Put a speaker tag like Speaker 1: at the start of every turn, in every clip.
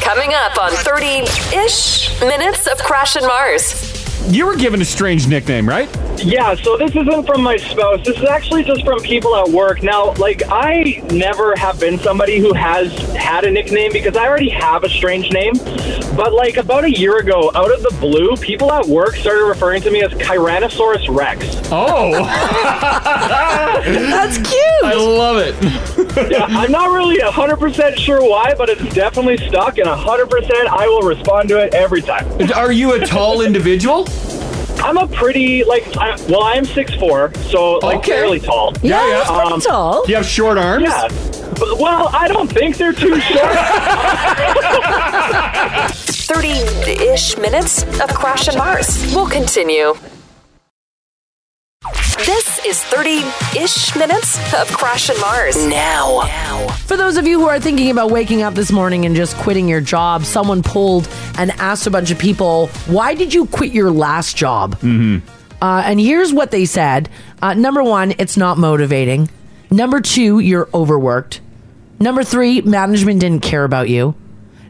Speaker 1: Coming up on 30 ish minutes of Crash and Mars.
Speaker 2: You were given a strange nickname, right?
Speaker 3: Yeah, so this isn't from my spouse. This is actually just from people at work. Now, like, I never have been somebody who has had a nickname because I already have a strange name. But, like, about a year ago, out of the blue, people at work started referring to me as Tyrannosaurus Rex.
Speaker 2: Oh,
Speaker 4: That's cute.
Speaker 2: I love it.
Speaker 3: Yeah, I'm not really 100% sure why, but it's definitely stuck, and 100% I will respond to it every time.
Speaker 2: Are you a tall individual?
Speaker 3: I'm a pretty, like, I, well, I'm 6'4, so, like,
Speaker 2: Okay.
Speaker 3: fairly tall.
Speaker 4: yeah,
Speaker 2: yeah,
Speaker 4: that's pretty
Speaker 3: um,
Speaker 4: tall.
Speaker 2: You have short arms?
Speaker 3: Yeah. But, well, I don't think they're too short.
Speaker 1: 30 ish minutes of Crash and Mars. We'll continue. This is 30 ish minutes of Crash and Mars. Now.
Speaker 4: For those of you who are thinking about waking up this morning and just quitting your job, someone pulled and asked a bunch of people, why did you quit your last job? Mm-hmm. Uh, and here's what they said uh, Number one, it's not motivating. Number two, you're overworked. Number three, management didn't care about you.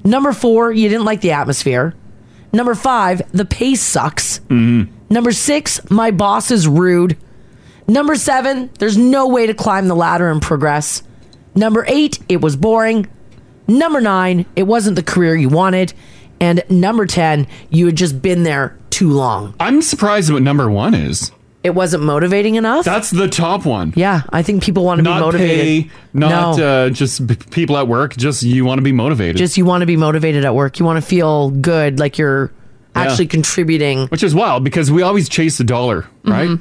Speaker 4: Number four, you didn't like the atmosphere. Number five, the pay sucks. Number six, my boss is rude. Number seven, there's no way to climb the ladder and progress. Number eight, it was boring. Number nine, it wasn't the career you wanted. And number 10, you had just been there too long.
Speaker 2: I'm surprised what number one is.
Speaker 4: It wasn't motivating enough.
Speaker 2: That's the top one.
Speaker 4: yeah, I think people want to be
Speaker 2: Not
Speaker 4: motivated.
Speaker 2: pay, not
Speaker 4: No.
Speaker 2: uh, just p- people at work, just you want to be motivated.
Speaker 4: just you want to be motivated at work. You want to feel good, like you're actually contributing.
Speaker 2: Which is wild because we always chase the dollar,
Speaker 4: Mm-hmm.
Speaker 2: right?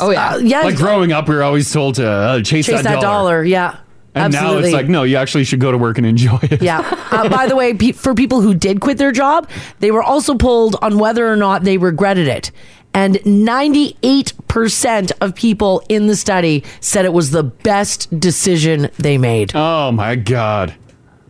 Speaker 4: Oh, yeah. yeah.
Speaker 2: Like growing up, we were always told to uh, chase,
Speaker 4: chase that, dollar. Yeah.
Speaker 2: And
Speaker 4: absolutely.
Speaker 2: now it's like, no, you actually should go to work and enjoy it.
Speaker 4: Yeah. Uh, by the way, pe- for people who did quit their job, they were also polled on whether or not they regretted it. And 98% of people in the study said it was the best decision they made
Speaker 2: Oh my God.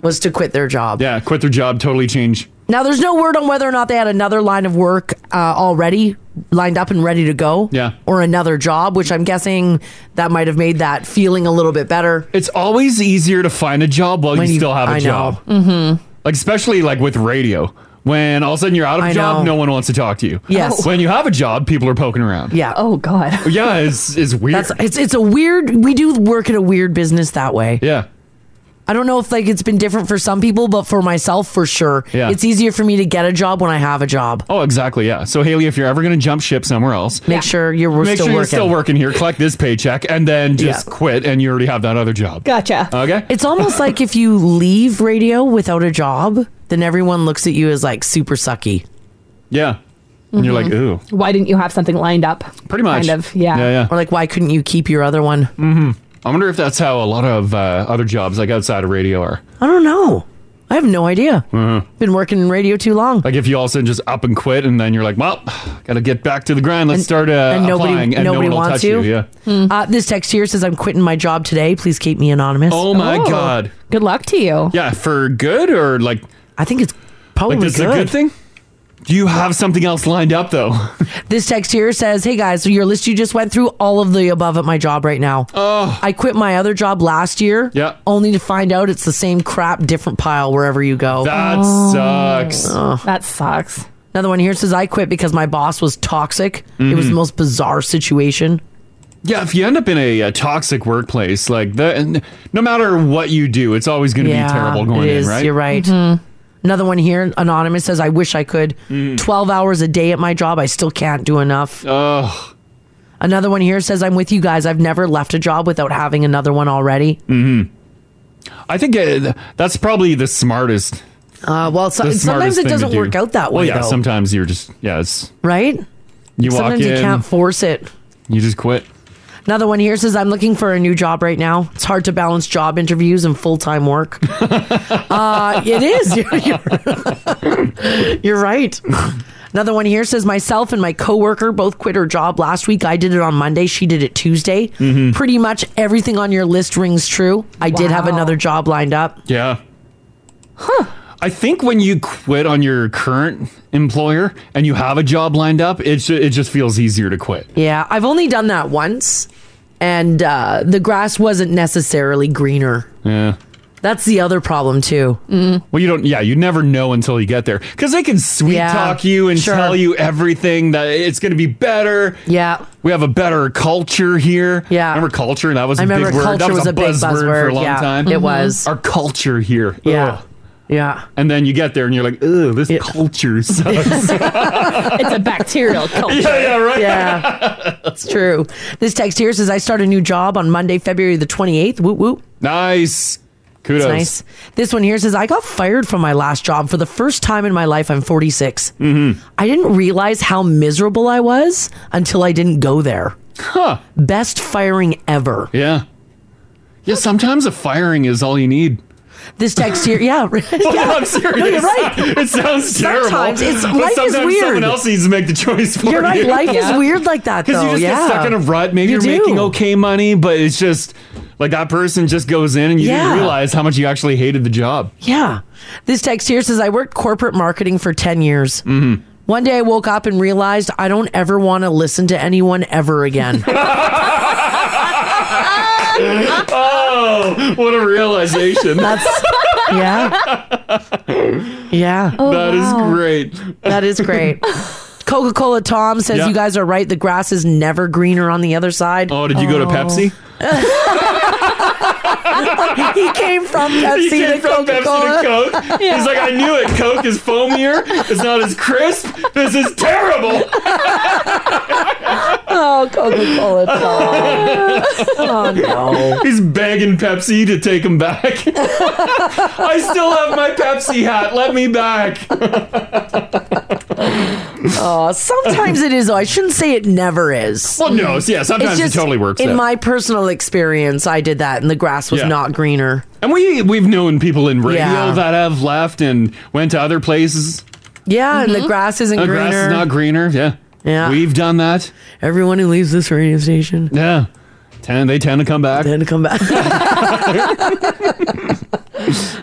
Speaker 4: was to quit their job.
Speaker 2: Yeah, quit their job, totally change.
Speaker 4: Now, there's no word on whether or not they had another line of work uh, already lined up and ready to go.
Speaker 2: Yeah.
Speaker 4: Or another job, which I'm guessing that might have made that feeling a little bit better.
Speaker 2: It's always easier to find a job while
Speaker 4: When
Speaker 2: you
Speaker 4: you-
Speaker 2: still have a
Speaker 4: I know.
Speaker 2: job. Mm-hmm. Like especially like with radio, when all of a sudden you're out of a
Speaker 4: I
Speaker 2: job,
Speaker 4: know.
Speaker 2: no one wants to talk to you.
Speaker 4: Yes. Oh.
Speaker 2: When you have a job, people are poking around.
Speaker 4: Yeah.
Speaker 5: Oh God.
Speaker 2: Yeah, it's it's weird.
Speaker 4: That's, it's, it's a weird, we do work in a weird business that way.
Speaker 2: yeah.
Speaker 4: I don't know if like it's been different for some people, but for myself, for sure,
Speaker 2: Yeah.
Speaker 4: it's easier for me to get a job when I have a job.
Speaker 2: Oh, exactly. Yeah. So Haley, if you're ever gonna jump ship somewhere else,
Speaker 4: Make sure you're we're
Speaker 2: make
Speaker 4: still
Speaker 2: sure you're
Speaker 4: working.
Speaker 2: still working here, collect this paycheck, and then just
Speaker 4: Yeah.
Speaker 2: quit, and you already have that other job.
Speaker 5: Gotcha.
Speaker 2: Okay.
Speaker 4: it's almost like if you leave radio without a job, then everyone looks at you as like super sucky,
Speaker 2: yeah. And you're like, ooh,
Speaker 5: Why didn't you have something lined up?
Speaker 2: pretty much.
Speaker 5: Mm-hmm. Kind of. Yeah.
Speaker 2: Yeah. Yeah.
Speaker 4: or like why couldn't you keep your other one?
Speaker 2: I wonder if that's how a lot of uh, other jobs, like outside of radio, are.
Speaker 4: I don't know. I have no idea. Been working in radio too long.
Speaker 2: Mm-hmm. Like if you all of a sudden just up and quit, and then you're like, "Well, gotta get back to the grind. Let's start uh,
Speaker 4: and nobody-
Speaker 2: applying," and
Speaker 4: nobody
Speaker 2: no one will
Speaker 4: wants
Speaker 2: touch you.
Speaker 4: you?
Speaker 2: Yeah.
Speaker 4: Uh, this text here says I'm quitting my job today. Please keep me anonymous.
Speaker 2: Oh my
Speaker 5: Oh.
Speaker 2: god.
Speaker 5: Good luck to you.
Speaker 2: Yeah, for good or like
Speaker 4: I think it's probably
Speaker 2: like this
Speaker 4: good.
Speaker 2: is a good thing. Do you have something else lined up though?
Speaker 4: This text here says, Hey guys, so your list you just went through, all of the above at my job right now. Oh. I quit my other job last year,
Speaker 2: Yeah.
Speaker 4: only to find out it's the same crap, different pile wherever you go.
Speaker 2: That
Speaker 4: Oh.
Speaker 2: sucks.
Speaker 5: That sucks.
Speaker 4: Another one here says, I quit because my boss was toxic. It
Speaker 2: Mm-hmm.
Speaker 4: was the most bizarre situation.
Speaker 2: Yeah, if you end up in a, uh toxic workplace, like that, and no matter what you do, it's always going to be terrible going
Speaker 4: it is.
Speaker 2: in, right?
Speaker 4: You're right. Another one here, Anonymous says, I wish I could.
Speaker 2: Mm.
Speaker 4: 12 hours a day at my job, I still can't do enough.
Speaker 2: Ugh.
Speaker 4: Another one here says, I'm with you guys. I've never left a job without having another one already.
Speaker 2: I think uh, that's probably the smartest.
Speaker 4: Uh, well, so-
Speaker 2: The
Speaker 4: sometimes
Speaker 2: smartest
Speaker 4: it
Speaker 2: thing to
Speaker 4: doesn't
Speaker 2: do.
Speaker 4: work out that way,
Speaker 2: Well, yeah.
Speaker 4: though.
Speaker 2: Sometimes you're just yeah. It's,
Speaker 4: right?
Speaker 2: you walk in,
Speaker 4: Sometimes you can't force it.
Speaker 2: you just quit.
Speaker 4: Another one here says, I'm looking for a new job right now. It's hard to balance job interviews and full time work. uh, it is. You're, you're- you're right. Another one here says, Myself and my coworker both quit her job last week. I did it on Monday. She did it Tuesday.
Speaker 2: Mm-hmm.
Speaker 4: Pretty much everything on your list rings true. I did have
Speaker 5: Wow.
Speaker 4: another job lined up.
Speaker 2: Yeah. Huh. I think when you quit on your current employer and you have a job lined up, it ju- it just feels easier to quit.
Speaker 4: Yeah, I've only done that once, and uh, the grass wasn't necessarily greener.
Speaker 2: Yeah.
Speaker 4: That's the other problem too.
Speaker 2: Well, you don't. Yeah, you never know until you get there because they can sweet
Speaker 4: Yeah,
Speaker 2: talk you and
Speaker 4: sure.
Speaker 2: tell you everything that it's going to be better.
Speaker 4: Yeah.
Speaker 2: We have a better culture here.
Speaker 4: Yeah.
Speaker 2: remember culture? That was a
Speaker 4: I remember
Speaker 2: big word. that
Speaker 4: culture was a big
Speaker 2: for
Speaker 4: buzzword.
Speaker 2: a long
Speaker 4: Yeah,
Speaker 2: time. Mm-hmm.
Speaker 4: it was.
Speaker 2: our culture here.
Speaker 4: Yeah.
Speaker 2: Ugh.
Speaker 4: Yeah.
Speaker 2: And then you get there and you're like, oh, this culture sucks.
Speaker 5: it's a bacterial culture.
Speaker 2: yeah, yeah, right.
Speaker 4: Yeah. it's true. This text here says I start a new job on Monday, February the 28th. Woot woot.
Speaker 2: Nice. Kudos.
Speaker 4: That's nice. This one here says I got fired from my last job for the first time in my life. I'm 46. Mm-hmm. I didn't realize how miserable I was until I didn't go there.
Speaker 2: Huh.
Speaker 4: Best firing ever.
Speaker 2: Yeah. Yeah, sometimes a firing is all you need.
Speaker 4: This text here, yeah.
Speaker 2: Well,
Speaker 4: Yeah.
Speaker 2: Oh, I'm serious.
Speaker 4: No, you're right.
Speaker 2: It sounds terrible.
Speaker 4: Sometimes it's-
Speaker 2: but
Speaker 4: life is
Speaker 2: sometimes
Speaker 4: weird.
Speaker 2: someone else needs to make the choice for
Speaker 4: You're right.
Speaker 2: you.
Speaker 4: Life is weird like that, though.
Speaker 2: Because you just
Speaker 4: yeah.
Speaker 2: get stuck in a rut. Maybe
Speaker 4: You
Speaker 2: you are
Speaker 4: do.
Speaker 2: making okay money, but it's just like that person just goes in and you
Speaker 4: Yeah.
Speaker 2: didn't realize how much you actually hated the job.
Speaker 4: Yeah. This text here says I worked corporate marketing for 10 years. Mm-hmm. One day I woke up and realized I don't ever want to listen to anyone ever again.
Speaker 2: Oh, what a realization.
Speaker 4: That's yeah. Yeah.
Speaker 2: That is great.
Speaker 4: Oh. That is great. Coca Cola Tom says
Speaker 2: Yeah.
Speaker 4: you guys are right. The grass is never greener on the other side.
Speaker 2: Oh, did you go to Pepsi?
Speaker 4: he came from
Speaker 2: He
Speaker 4: Pepsi
Speaker 2: came
Speaker 4: to
Speaker 2: from
Speaker 4: Coca
Speaker 2: Pepsi
Speaker 4: Cola.
Speaker 2: to Coke. He's like, I knew it. Coke is foamier. It's not as crisp. This is terrible.
Speaker 4: Oh, Coca Cola Tom. oh no.
Speaker 2: He's begging Pepsi to take him back. I still have my Pepsi hat. Let me back.
Speaker 4: Oh, sometimes it is. though. I shouldn't say it never is.
Speaker 2: Well, no, it's- yeah, sometimes it totally works.
Speaker 4: in
Speaker 2: out.
Speaker 4: my personal experience, I did that, and the grass was
Speaker 2: Yeah.
Speaker 4: not greener.
Speaker 2: and we we've known people in radio
Speaker 4: Yeah.
Speaker 2: that have left and went to other places.
Speaker 4: Yeah, and the grass isn't
Speaker 2: The
Speaker 4: greener.
Speaker 2: grass is not greener. Yeah,
Speaker 4: Yeah.
Speaker 2: We've done that.
Speaker 4: Everyone who leaves this radio station
Speaker 2: Yeah, tend they tend to come back.
Speaker 4: then come back.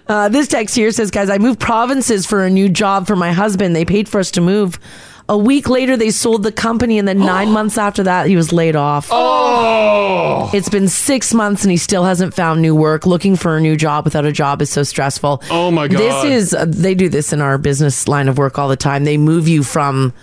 Speaker 4: uh, this text here says, "Guys, I moved provinces for a new job for my husband. They paid for us to move." A week later, they sold the company, and then nine months after that, he was laid off.
Speaker 2: Oh,
Speaker 4: It's been six months and he still hasn't found new work. Looking for a new job without a job is so stressful.
Speaker 2: Oh my God.
Speaker 4: This is uh, they do this in our business line of work all the time. They move you from.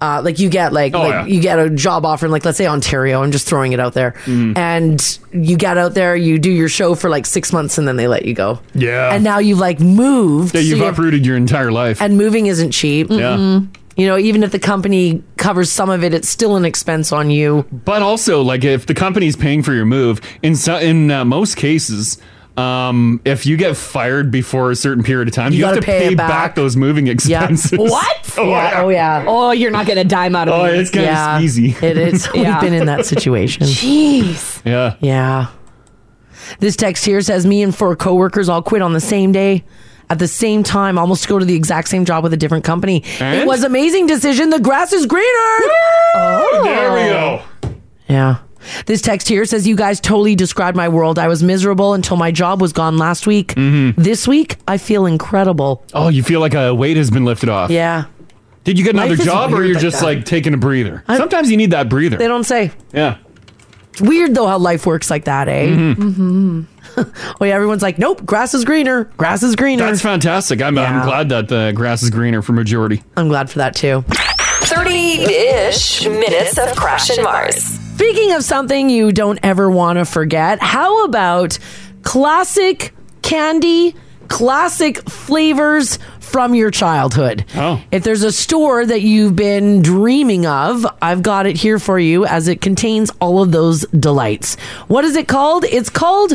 Speaker 4: Uh, like you get like,
Speaker 2: Oh,
Speaker 4: like
Speaker 2: yeah.
Speaker 4: you get a job offer in like let's say Ontario. I'm just throwing it out there,
Speaker 2: Mm.
Speaker 4: and you get out there, you do your show for like six months, and then they let you go.
Speaker 2: Yeah.
Speaker 4: and now you've like moved.
Speaker 2: yeah,
Speaker 4: so
Speaker 2: you've
Speaker 4: you have-
Speaker 2: uprooted your entire life.
Speaker 4: and mm-hmm. moving isn't cheap.
Speaker 2: yeah.
Speaker 4: You know, even if the company covers some of it, it's still an expense on you.
Speaker 2: But also, like, if the company's paying for your move, in so, in uh, most cases, um, if you get fired before a certain period of time, you, have
Speaker 4: gotta
Speaker 2: to
Speaker 4: pay
Speaker 2: pay,
Speaker 4: it
Speaker 2: back.
Speaker 4: back.
Speaker 2: those moving
Speaker 4: Yeah.
Speaker 2: expenses.
Speaker 5: What?
Speaker 2: Oh,
Speaker 4: yeah.
Speaker 2: yeah.
Speaker 4: Oh yeah.
Speaker 5: Oh, you're not getting a dime out of
Speaker 2: Oh,
Speaker 5: me.
Speaker 2: it's kind of
Speaker 4: Yeah.
Speaker 2: easy.
Speaker 4: It is. We've
Speaker 5: Yeah.
Speaker 4: been in that situation.
Speaker 5: Jeez.
Speaker 2: Yeah.
Speaker 4: Yeah. This text here says me and four coworkers all quit on the same day at the same time, almost to go to the exact same job with a different company. It
Speaker 2: And?
Speaker 4: was amazing decision. The grass is greener. Oh.
Speaker 2: There we go.
Speaker 4: Yeah. This text here says you guys totally described my world. I was miserable until my job was gone last week. This week, I feel incredible.
Speaker 2: Oh, you feel like a weight has been lifted off.
Speaker 4: Yeah.
Speaker 2: Did you get another
Speaker 4: Life is
Speaker 2: job, or
Speaker 4: weird
Speaker 2: you're
Speaker 4: like
Speaker 2: just
Speaker 4: that.
Speaker 2: like taking a breather? Sometimes you need that breather.
Speaker 4: They don't say.
Speaker 2: yeah.
Speaker 4: It's weird though how life works like that, eh? Mm-hmm. oh yeah, everyone's like, nope, grass is greener. Grass is greener.
Speaker 2: That's fantastic. I'm,
Speaker 4: Yeah.
Speaker 2: I'm glad that the grass is greener for majority.
Speaker 4: I'm glad for that too.
Speaker 1: 30 ish minutes of Crash and Mars.
Speaker 4: Speaking of something you don't ever want to forget, how about classic candy, classic flavors from your childhood?
Speaker 2: Oh.
Speaker 4: If there's a store that you've been dreaming of, I've got it here for you as it contains all of those delights. What is it called? It's called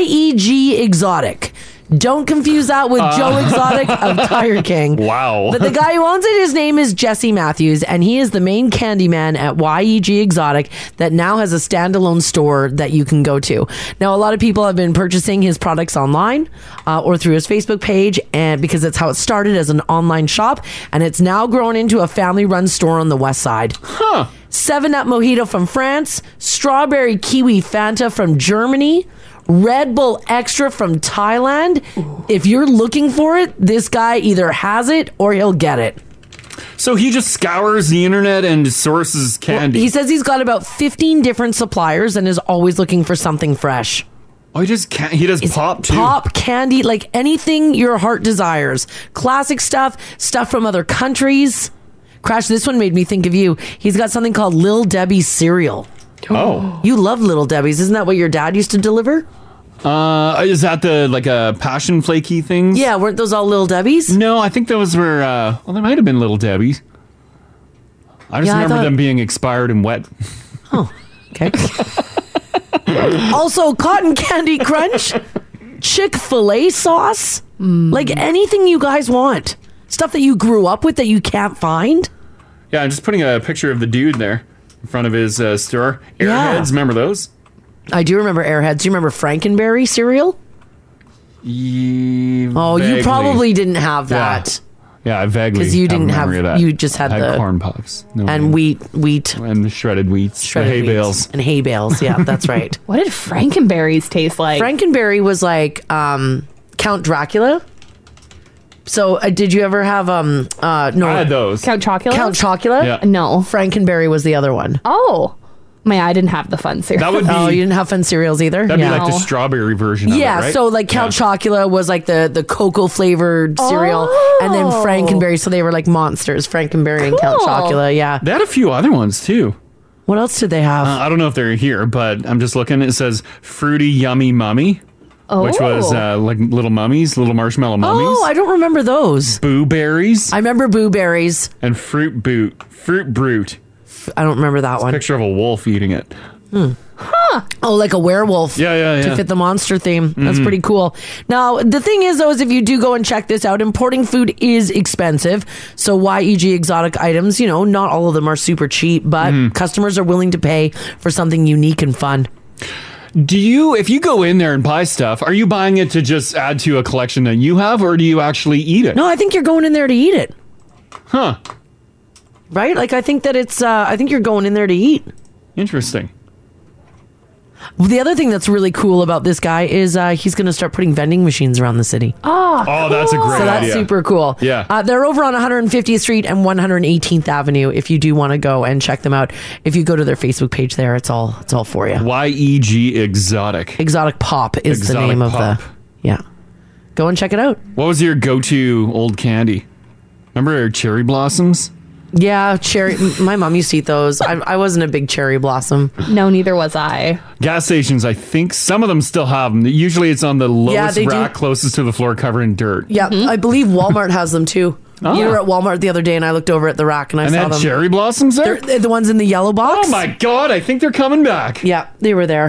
Speaker 4: YEG Exotic. Don't confuse that with Joe Exotic of Tiger King.
Speaker 2: Wow.
Speaker 4: But the guy who owns it, his name is Jesse Matthews, and he is the main candy man at YEG Exotic that now has a standalone store that you can go to. Now, a lot of people have been purchasing his products online uh, or through his Facebook page, and because that's how it started as an online shop, and it's now grown into a family run store on the west side.
Speaker 2: Huh.
Speaker 4: Seven Up Mojito from France, Strawberry Kiwi Fanta from Germany, Red Bull Extra from Thailand. If you're looking for it, this guy either has it or he'll get it.
Speaker 2: So he just scours the internet and sources candy.
Speaker 4: He says he's got about 15 different suppliers and is always looking for something fresh.
Speaker 2: Oh, he just can't. He does pop too.
Speaker 4: Pop, candy, like anything your heart desires. Classic stuff, stuff from other countries. Crash, this one made me think of you. He's got something called Lil Debbie's cereal.
Speaker 2: Oh.
Speaker 4: You love Little Debbie's. Isn't that what your dad used to deliver?
Speaker 2: Uh, is that the like a uh, passion flaky things?
Speaker 4: Yeah, weren't those all Little Debbie's?
Speaker 2: No, I think those were. Uh, well, they might have been little Debbie's. I just
Speaker 4: Yeah, I
Speaker 2: remember
Speaker 4: thought-
Speaker 2: them being expired and wet.
Speaker 4: Oh, Okay. also, cotton candy crunch, Chick fil A sauce, like anything you guys want. Stuff that you grew up with that you can't find.
Speaker 2: Yeah, I'm just putting a picture of the dude there in front of his uh, store.
Speaker 4: Yeah.
Speaker 2: Airheads, remember those?
Speaker 4: I do remember Airheads. Do you remember Frankenberry cereal? Oh, you
Speaker 2: vaguely.
Speaker 4: probably didn't have that.
Speaker 2: Yeah, I vaguely.
Speaker 4: 'Cause you
Speaker 2: a
Speaker 4: didn't have-
Speaker 2: memory of that.
Speaker 4: you just had
Speaker 2: I
Speaker 4: the-
Speaker 2: corn puffs No,
Speaker 4: And wheat, wheat,
Speaker 2: and the shredded wheats,
Speaker 4: shredded
Speaker 2: the hay
Speaker 4: wheat
Speaker 2: Mm. bales.
Speaker 4: and hay bales. Yeah, that's right.
Speaker 5: What did Frankenberries taste like?
Speaker 4: Frankenberry was like um, Count Dracula. So, uh, did you ever have um uh no
Speaker 2: I had those.
Speaker 5: Count Chocula?
Speaker 4: Count Chocula?
Speaker 2: Yeah.
Speaker 5: No.
Speaker 4: Frankenberry was the other one.
Speaker 5: Oh. My, I didn't have the fun cereal.
Speaker 2: That would be.
Speaker 4: Oh, you didn't have fun cereals either.
Speaker 2: that'd be
Speaker 4: yeah.
Speaker 2: like the
Speaker 5: No.
Speaker 2: strawberry version. of it,
Speaker 4: yeah,
Speaker 2: right?
Speaker 4: so like Count Chocula was like the the cocoa flavored cereal, and then
Speaker 5: Oh.
Speaker 4: Frankenberry. So they were like monsters, Frankenberry and Count
Speaker 5: Cool.
Speaker 4: Chocula. Yeah.
Speaker 2: They had a few other ones too.
Speaker 4: What else did they have?
Speaker 2: Uh, I don't know if they're here, but I'm just looking. It says fruity yummy mummy,
Speaker 5: oh.
Speaker 2: which was uh, like little mummies, little marshmallow mummies,
Speaker 4: oh, I don't remember those.
Speaker 2: boo berries,
Speaker 4: I remember Boo Berries.
Speaker 2: and fruit boot, fruit brute.
Speaker 4: I don't remember that one.
Speaker 2: Picture of a wolf eating it.
Speaker 4: Oh, like a werewolf.
Speaker 2: Yeah, yeah, Mm-hmm. yeah.
Speaker 4: To fit the monster theme. That's pretty cool. Now, the thing is, though, is if you do go and check this out, importing food is expensive. So, YEG exotic items, you know, not all of them are super cheap, but
Speaker 2: Mm-hmm.
Speaker 4: customers are willing to pay for something unique and fun.
Speaker 2: Do you, if you go in there and buy stuff, are you buying it to just add to a collection that you have, or do you actually eat it?
Speaker 4: No, I think you're going in there to eat it,
Speaker 2: Huh.
Speaker 4: right? Like, I think that it's, uh, I think you're going in there to eat.
Speaker 2: Interesting.
Speaker 4: The other thing that's really cool about this guy is uh, he's going to start putting vending machines around the city.
Speaker 5: oh,
Speaker 2: Oh, that's a
Speaker 5: cool.
Speaker 2: great
Speaker 4: Ah. So that's
Speaker 2: idea.
Speaker 4: super cool.
Speaker 2: Yeah.
Speaker 4: Uh, they're over on 150th Street and 118th Avenue. If you do want to go and check them out, if you go to their Facebook page, there it's all it's all for you.
Speaker 2: YEG E Exotic.
Speaker 4: Exotic Pop is the
Speaker 2: Exotic
Speaker 4: name
Speaker 2: Pop.
Speaker 4: of the yeah. Go and check it out.
Speaker 2: What was your go to old candy? Remember cherry blossoms?
Speaker 4: Yeah, cherry. m- my mom used to eat those. I, I wasn't a big cherry blossom.
Speaker 5: No, neither was I.
Speaker 2: Gas stations, I think some of them still have them. Usually it's on the lowest
Speaker 4: they do.
Speaker 2: rack closest to the floor covered in dirt.
Speaker 4: Yeah, I believe Walmart has them too.
Speaker 2: Oh.
Speaker 4: You were at Walmart the other day, and I looked over at the rack and I
Speaker 2: And they
Speaker 4: saw
Speaker 2: had
Speaker 4: them.
Speaker 2: cherry blossoms there?
Speaker 4: They're- they're the ones in the yellow box.
Speaker 2: oh my God, I think they're coming back.
Speaker 4: Yeah, they were there.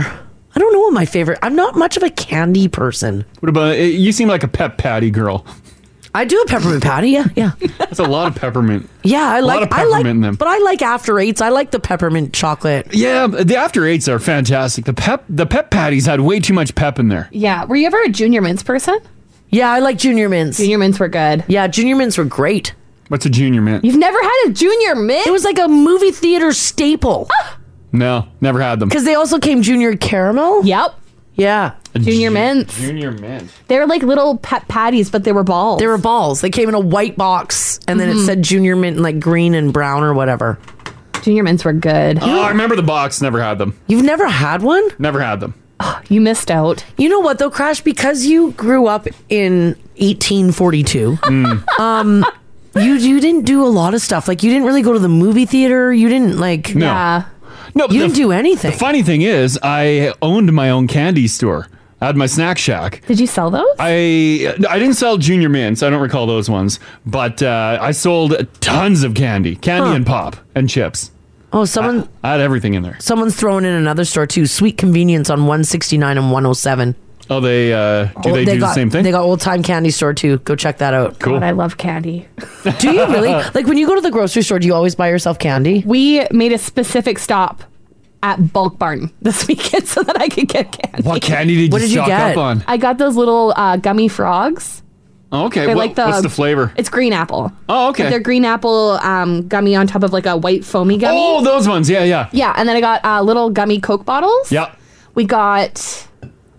Speaker 4: I don't know what my favorite. I'm not much of a candy person.
Speaker 2: What about, eh, you seem like a pep patty girl.
Speaker 4: I do a peppermint patty. Yeah, yeah.
Speaker 2: That's a lot of peppermint.
Speaker 4: Yeah, I like
Speaker 2: lot of
Speaker 4: I like
Speaker 2: peppermint in them.
Speaker 4: but I like after eights. I like the peppermint chocolate.
Speaker 2: Yeah, the after eights are fantastic. The pep the pep patties had way too much pep in there.
Speaker 5: Yeah. Were you ever a Junior Mints person?
Speaker 4: Yeah, I like junior mints.
Speaker 5: Junior Mints were good.
Speaker 4: yeah, junior mints were great.
Speaker 2: What's a junior mint?
Speaker 5: You've never had a Junior Mint?
Speaker 4: It was like a movie theater staple
Speaker 2: No, never had them.
Speaker 4: because they also came junior caramel.
Speaker 5: Yep.
Speaker 4: Yeah,
Speaker 5: Junior mints.
Speaker 2: Junior mint.
Speaker 5: They were like little pet patties, but they were balls.
Speaker 4: they were balls. They came in a white box, and then it said junior mint in like green and brown or whatever.
Speaker 5: Junior Mints were good.
Speaker 2: Oh, I remember the box. Never had them.
Speaker 4: You've never had one.
Speaker 2: Never had them.
Speaker 5: You missed out.
Speaker 4: You know what though, Crash? Because you grew up in 1842, um,
Speaker 2: Hmm.
Speaker 4: you you didn't do a lot of stuff. Like you didn't really go to the movie theater. You didn't like.
Speaker 2: No.
Speaker 5: Yeah.
Speaker 2: No, but
Speaker 4: You
Speaker 2: the,
Speaker 4: didn't do anything.
Speaker 2: the funny thing is, I owned my own candy store. I had my snack shack.
Speaker 5: Did you sell those?
Speaker 2: I I didn't sell junior mints. I don't recall those ones, but uh, I sold tons of candy, candy and pop and chips.
Speaker 4: Oh, someone
Speaker 2: I had everything in there.
Speaker 4: someone's thrown in another store too. Sweet convenience on 169 and 107.
Speaker 2: Oh, they uh, do
Speaker 4: Oh,
Speaker 2: they, do
Speaker 4: got,
Speaker 2: the same thing?
Speaker 4: They got old time candy store too. Go check that out.
Speaker 2: cool.
Speaker 5: God, I love candy.
Speaker 4: Do you really like when you go to the grocery store? Do you always buy yourself candy?
Speaker 5: We made a specific stop at Bulk Barn this weekend so that I could get candy.
Speaker 2: What candy did you
Speaker 4: What did you
Speaker 2: stock
Speaker 4: get?
Speaker 2: up on?
Speaker 5: I got those little uh, gummy frogs.
Speaker 2: Oh, okay,
Speaker 5: They're
Speaker 2: What-
Speaker 5: like the
Speaker 2: what's the flavor?
Speaker 5: It's green apple.
Speaker 2: Oh, okay.
Speaker 5: They're green apple um, gummy on top of like a white foamy gummy.
Speaker 2: Oh, those ones. Yeah, yeah.
Speaker 5: Yeah, and then I got uh, little gummy Coke bottles.
Speaker 2: Yeah.
Speaker 5: We got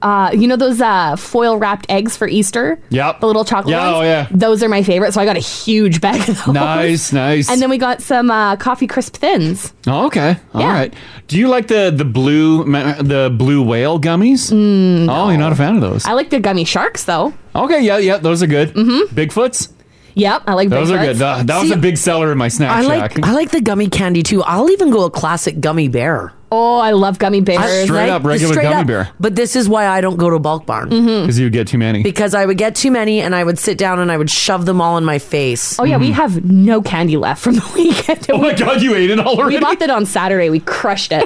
Speaker 5: uh, you know those uh, foil wrapped eggs for Easter?
Speaker 2: Yep.
Speaker 5: The little chocolate
Speaker 2: Yeah,
Speaker 5: ones?
Speaker 2: oh, yeah.
Speaker 5: Those are my favorite. So I got a huge bag of those.
Speaker 2: Nice, nice.
Speaker 5: And then we got some uh, coffee crisp thins.
Speaker 2: Oh, okay. All right. Do you like the the blue ma- the blue whale gummies? Oh, you're not a fan of those.
Speaker 5: I like the gummy sharks though.
Speaker 2: Okay, yeah, yeah, those are good. Mm-hmm. Bigfoots.
Speaker 5: Yep, I like
Speaker 2: Those
Speaker 5: Bigfoots.
Speaker 2: are good. That, that was
Speaker 4: See,
Speaker 2: a big seller in my snack
Speaker 4: I
Speaker 2: shack.
Speaker 4: like I like the gummy candy too. I'll even go a classic gummy bear.
Speaker 5: Oh, I love gummy bears.
Speaker 2: Straight
Speaker 4: Like,
Speaker 2: up
Speaker 4: the
Speaker 2: regular
Speaker 4: straight
Speaker 2: gummy
Speaker 4: up.
Speaker 2: bear. Mm-hmm.
Speaker 4: But this is why I don't go to bulk barn
Speaker 2: because you get too many.
Speaker 4: because I would get too many and I would sit down and I would shove them all in my face.
Speaker 5: Oh yeah, we have no candy left from the weekend.
Speaker 2: Mm. oh my god, you ate it all
Speaker 5: we
Speaker 2: already.
Speaker 5: bought that on Saturday. We crushed it.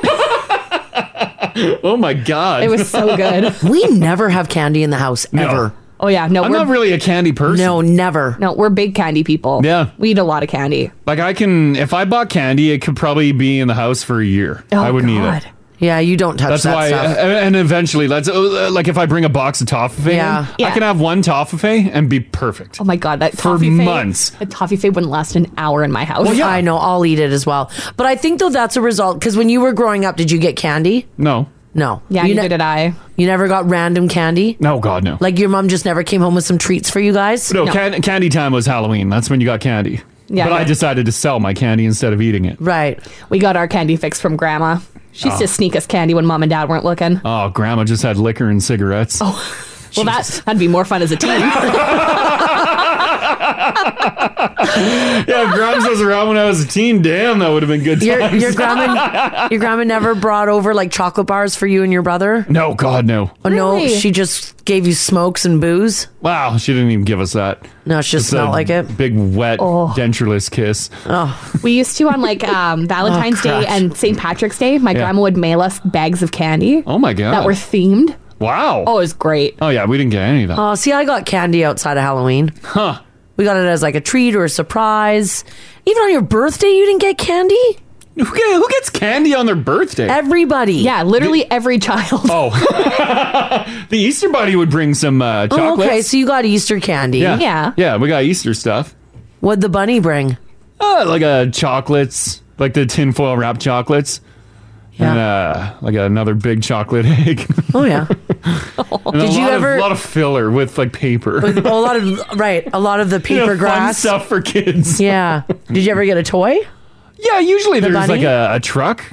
Speaker 2: oh my god,
Speaker 5: It was so good.
Speaker 4: We never have candy in the house ever.
Speaker 5: Oh yeah, no,
Speaker 2: I'm
Speaker 5: we're
Speaker 2: not really a candy person.
Speaker 4: No, never.
Speaker 5: no, we're big candy people.
Speaker 2: Yeah.
Speaker 5: we eat a lot of candy.
Speaker 2: Like I can, if I bought candy, it could probably be in the house for a year.
Speaker 5: Oh,
Speaker 2: I wouldn't eat
Speaker 5: God.
Speaker 2: it.
Speaker 4: Yeah, you don't touch
Speaker 2: That's
Speaker 4: that
Speaker 2: why,
Speaker 4: stuff.
Speaker 2: and and eventually, let's uh, like if I bring a box of toffee,
Speaker 4: Yeah.
Speaker 2: in, I
Speaker 5: Yeah.
Speaker 2: can have one toffee and be perfect.
Speaker 5: Oh my god, that
Speaker 2: For
Speaker 5: toffee fade-
Speaker 2: months.
Speaker 5: The toffee fade wouldn't last an hour in my house.
Speaker 4: I know. I'll eat it as well. But I think though that's a result because when you were growing up, did you get candy?
Speaker 2: No,
Speaker 4: No.
Speaker 5: yeah,
Speaker 4: You
Speaker 5: neither
Speaker 4: ne-
Speaker 5: did I.
Speaker 4: You never got random candy.
Speaker 2: no, God, no.
Speaker 4: Like your mom just never came home with some treats for you guys.
Speaker 2: No, Can- candy time was Halloween. That's when you got candy.
Speaker 5: Yeah,
Speaker 2: but I
Speaker 5: yeah.
Speaker 2: decided to sell my candy instead of eating it.
Speaker 4: Right.
Speaker 5: We got our candy fix from Grandma. She
Speaker 2: Ah.
Speaker 5: used to sneak us candy when Mom and Dad weren't looking.
Speaker 2: Oh, Grandma just had liquor and cigarettes. Oh,
Speaker 5: well, that that'd be more fun as a team.
Speaker 2: yeah, if Grams was around when I was a teen. Damn, that would have been good
Speaker 4: Your
Speaker 2: times.
Speaker 4: your grandma your grandma never brought over like chocolate bars for you and your brother.
Speaker 2: no, God, no.
Speaker 4: Oh no,
Speaker 5: Really?
Speaker 4: she just gave you smokes and booze.
Speaker 2: Wow, she didn't even give us that.
Speaker 4: No, she just
Speaker 2: a
Speaker 4: smelled like it.
Speaker 2: Big wet dentureless kiss.
Speaker 5: We used to on like um, Valentine's
Speaker 2: Oh,
Speaker 5: Day
Speaker 2: crash.
Speaker 5: and St. Patrick's Day. My grandma would mail us bags of candy.
Speaker 2: Oh my God.
Speaker 5: that were themed.
Speaker 2: wow.
Speaker 5: Oh, it
Speaker 2: Oh,
Speaker 5: was great.
Speaker 2: yeah, we didn't get any of that.
Speaker 4: Oh, see, I got candy outside of Halloween.
Speaker 2: huh?
Speaker 4: We got it as like a treat or a surprise. Even on your birthday, you didn't get candy.
Speaker 2: Who, get, who gets candy on their birthday?
Speaker 4: Everybody.
Speaker 5: Yeah, literally every child.
Speaker 2: oh, the Easter Bunny would bring some uh,
Speaker 4: Oh,
Speaker 2: chocolates.
Speaker 4: okay, so you got Easter candy.
Speaker 2: yeah.
Speaker 5: Yeah.
Speaker 2: yeah, we got Easter stuff.
Speaker 4: What'd the bunny bring?
Speaker 2: Uh, like a chocolates, like the tinfoil wrapped chocolates. And uh, like another big chocolate egg.
Speaker 4: Oh yeah.
Speaker 2: And
Speaker 4: Did
Speaker 2: a
Speaker 4: you
Speaker 2: lot
Speaker 4: ever-
Speaker 2: Of, a lot of filler with like paper.
Speaker 4: a lot of right, a lot of the
Speaker 2: You know,
Speaker 4: paper
Speaker 2: fun
Speaker 4: grass.
Speaker 2: stuff for kids.
Speaker 4: Yeah. Did you ever get a toy?
Speaker 2: Yeah, usually there's
Speaker 4: bunny?
Speaker 2: like a, a truck,